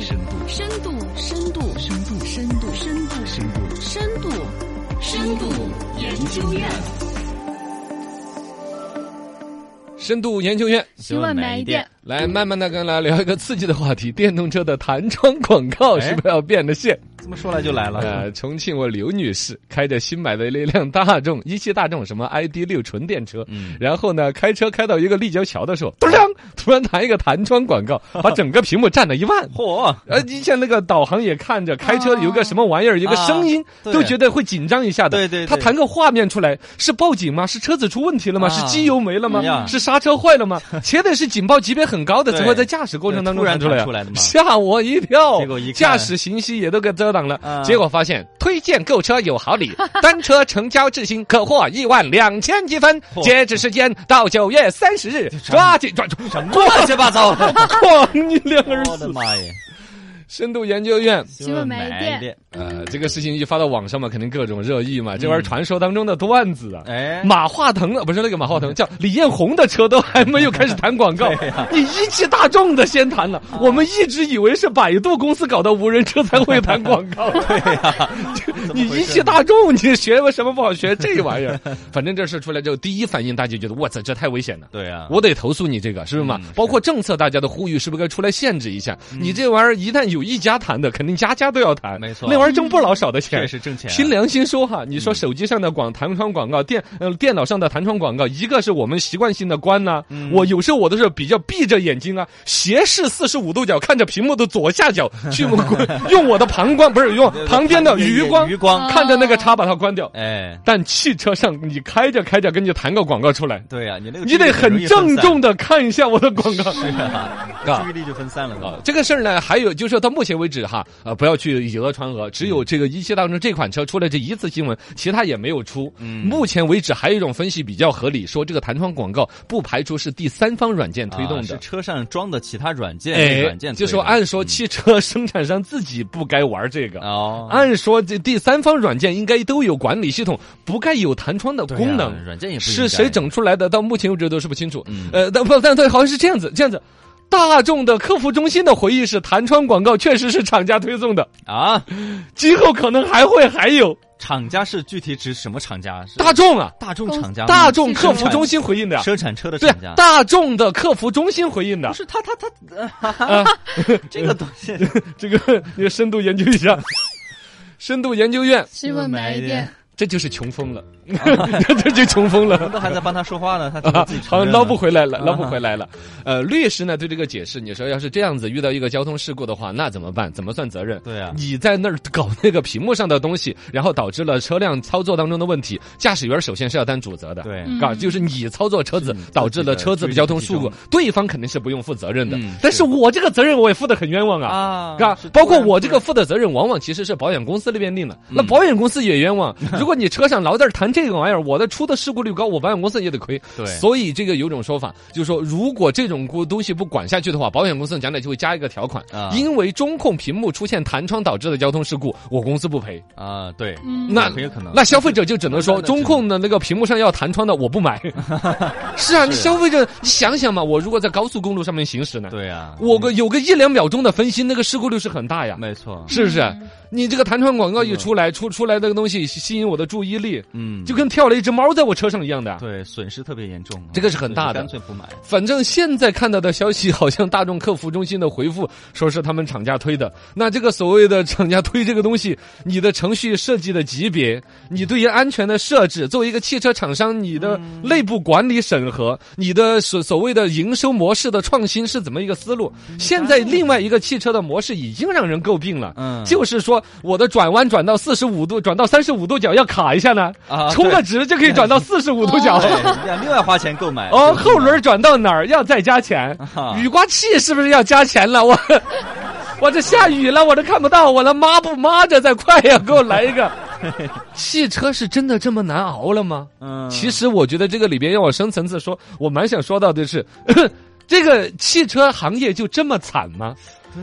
深度，深度，深度，深度，深度，深度，深度，深度研究院。深度研究院新闻买一点，来慢慢的跟大家聊一个刺激的话题：电动车的弹窗广告是不是要变了线？这么说来就来了。呃，重庆我刘女士开着新买的那辆大众一汽大众什么 ID 六纯电车，然后呢开车开到一个立交桥的时候，咚当，突然弹一个弹窗广告，把整个屏幕占了一半。嚯，呃，以前那个导航也看着，开车有个什么玩意儿，有个声音，啊对都觉得会紧张一下的。对对对他弹个画面出来，是报警吗？是车子出问题了吗？啊是机油没了吗？哎呀是刹车坏了 吗？且得是警报级别很高的，对才会在驾驶过程当中对突然弹出来啊。弹出来的嘛吓我一跳！结果一看驾驶信息也都给遮挡了，啊结果发现推荐购车有好 礼，单车成交至今可获一万两千积分，嚯截止时间到九月三十日，抓紧抓住！什么乱七 八糟的！哦哐，你两个人我的妈耶！深度研究院新闻买一点，呃，这个事情一发到网上嘛，肯定各种热议嘛。这玩意儿传说当中的段子啊，哎，马化腾的不是那个马化腾，叫李彦宏的车都还没有开始谈广 告，对呀你一汽大众的先谈了。我们一直以为是百度公司搞的无人车才会谈广 告，对呀，你一汽大众，你学什么不好学这玩意儿？反正这事出来之后，第一反应大家觉得，我操，这太危险了。对啊呀，我得投诉你这个，是不是嘛？包括政策，大家的呼吁是不是该出来限制一下？你这玩意儿一旦有一家谈的，肯定家家都要谈，没错那玩意儿挣不老少的钱确。实挣钱啊。凭良心说哈，你说手机上的广弹窗广告，电呃电脑上的弹窗广告，一个是我们习惯性的关呐、我有时候我都是比较闭着眼睛啊，斜视四十五度角看着屏幕的左下角，去用我的膀胱不是用旁边的余光余光，看着那个叉把它关掉。哎，但汽车上你开着开着跟你弹个广告出来，对啊呀，你那个你得很郑重的看一下我的广告。注意力就容易分散，是 啊，注意力就分散了。这个事儿呢，还有就是说到目前为止哈，呃，不要去以讹传讹，只有这个一汽大众这款车出了这一次新闻，其他也没有出。嗯目前为止，还有一种分析比较合理，说这个弹窗广告不排除是第三方软件推动啊的。是车上装的其他软件，哎，软件推就动说按说汽车生产商自己不该玩这个。哦，按说这第三方软件应该都有管理系统，不该有弹窗的对呀功能。软件也不应该是嗯谁整出来的，到目前为止都是不清楚。呃，但不，但对，好像是这样子，这样子。大众的客服中心的回忆是，弹窗广告确实是厂家推送的，啊？今后可能还会还有厂家是具体指什么厂家？是大众啊，大众厂家吗，大众客服中心回应的呀，生产车的对厂家，。大众的客服中心回应的不，是他他他，呃哈啊哈这个东 西这个你要深度研究一下。深度研究院，新闻买一点，这就是穷疯了， 这就穷疯了。 都还在帮他说话呢，他怎么啊自己，承好认像呢捞不回来了，啊捞不回来了。呃，律师呢对这个解释，你说要是这样子遇到一个交通事故的话，那怎么办？怎么算责任？对啊你在那儿搞那个屏幕上的东西，然后导致了车辆操作当中的问题，驾驶员首先是要担主责的。。对，嗯嗯啊，就是你操作车子是你自己导致了车子的交通事故的注意力，对方肯定是不用负责任的。嗯但是是我这个责任我也负得很冤枉啊。啊啊是，包括突然我这个负的责任，往往其实是保险公司那边定嗯的，那保险公司也冤 枉。如果你车上老在这儿谈这个玩意儿，我的出的事故率高，我保险公司也得亏。对所以这个有种说法，就是说，如果这种东西不管下去的话，保险公司将来就会加一个条款啊，因为中控屏幕出现弹窗导致的交通事故，我公司不赔。啊，对，嗯，那很有可能那消费者就只能说，那那只能中控的那个屏幕上要弹窗的，我不买。是啊，你消费者，你想想嘛，我如果在高速公路上面行驶呢，对啊，嗯我个有个一两秒钟的分心，那个事故率是很大呀。没错，是不是？你这个弹窗广告一出来，出出来那个东西吸吸引我的注意力，嗯，就跟跳了一只猫在我车上一样的。对，损失特别严重，这个是很大的哦所以就干脆不买。反正现在看到的消息，好像大众客服中心的回复说是他们厂家推的。那这个所谓的厂家推这个东西，你的程序设计的级别，你对于安全的设置，作为一个汽车厂商，你的内部管理审核，嗯你的所所谓的营收模式的创新是怎么一个思路？嗯现在另外一个汽车的模式已经让人诟病了，嗯就是说我的转弯转到四十五度，转到三十五度角要卡一下呢，啊充个对值就可以转到四十五度角。对，要另外花钱购买哦，后轮转到哪儿要再加钱啊？雨刮器是不是要加钱了？我 我这下雨了，我都看不到，我的抹布抹着再快呀，给我来一个。汽车是真的这么难熬了吗？嗯，其实我觉得这个里边要往深层次说，我蛮想说到的是， 这个汽车行业就这么惨吗？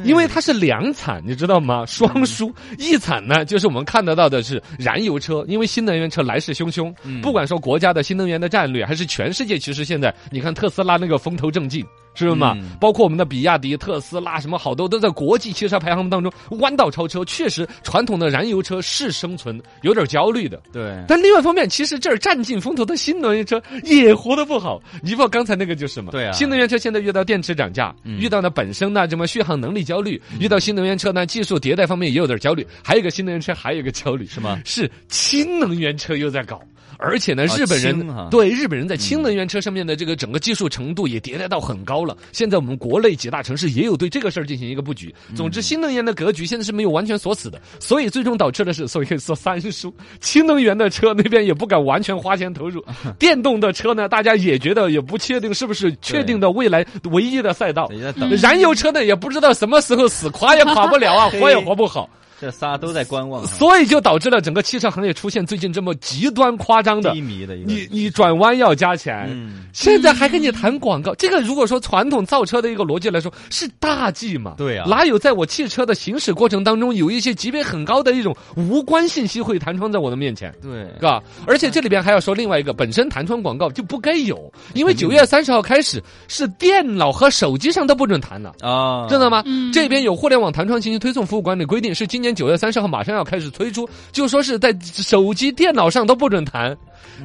因为它是两惨，你知道嗯吗？双输。一惨呢，就是我们看得到的是燃油车，因为新能源车来势汹汹。嗯不管说国家的新能源的战略，还是全世界，其实现在你看特斯拉那个风头正劲，是吗？嗯包括我们的比亚迪、特斯拉什么好多都在国际汽车排行榜当中弯道超车。确实，传统的燃油车是生存有点焦虑的。对，但另外一方面，其实这儿占尽风头的新能源车也活得不好。你不知道刚才那个就是嘛？对啊新能源车现在遇到电池涨价，嗯遇到呢本身呢什么续航能力焦虑，遇到新能源车呢技术迭代方面也有点焦虑。还有一个新能源车还有一个焦虑是吗？是新能源车又在搞。而且呢，啊日本人、氢啊对日本人在氢能源车上面的这个整个技术程度也迭代到很高了。现在我们国内几大城市也有对这个事儿进行一个布局。总之，新能源的格局现在是没有完全锁死的，所以最终导致的是，所以可以说三叔氢能源的车那边也不敢完全花钱投入，电动的车呢，大家也觉得也不确定是不是确定的未来唯一的赛道。也在等，燃油车呢，也不知道什么时候死，垮也垮不了啊，活也活不好。这仨都在观望啊，所以就导致了整个汽车行业出现最近这么极端夸张的低，迷的一个。你你转弯要加钱。嗯，现在还跟你谈广告，这个如果说传统造车的一个逻辑来说是大忌嘛？对啊哪有在我汽车的行驶过程当中有一些级别很高的一种无关信息会弹窗在我的面前？对，是吧？而且这里边还要说另外一个，本身弹窗广告就不该有，因为九月三十号开始是电脑和手机上都不准弹了。啊，知道吗？嗯这边有互联网弹窗信息推送服务管理规定，是今年九月三十号马上要开始推出，就说是在手机、电脑上都不准弹。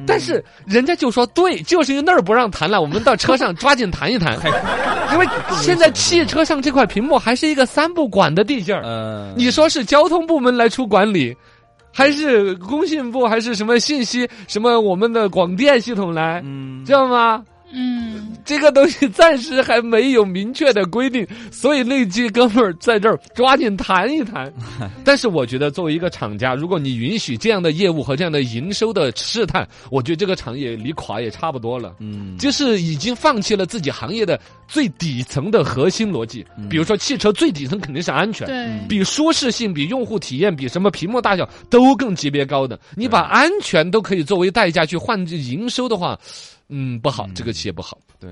但是人家就说对，就是因为那儿不让弹了，我们到车上抓紧弹一弹，因为现在汽车上这块屏幕还是一个三不管的地界儿。呃，你说是交通部门来出管理，还是工信部，还是什么信息什么我们的广电系统来，嗯，知道吗？嗯，这个东西暂时还没有明确的规定，所以那几哥们儿在这儿抓紧谈一谈。但是我觉得，作为一个厂家，如果你允许这样的业务和这样的营收的试探，我觉得这个产业离垮也差不多了。嗯，就是已经放弃了自己行业的最底层的核心逻辑，比如说汽车最底层肯定是安全，对，比舒适性、比用户体验、比什么屏幕大小都更级别高的，你把安全都可以作为代价去换营收的话，嗯，不好，这个企业不好。对，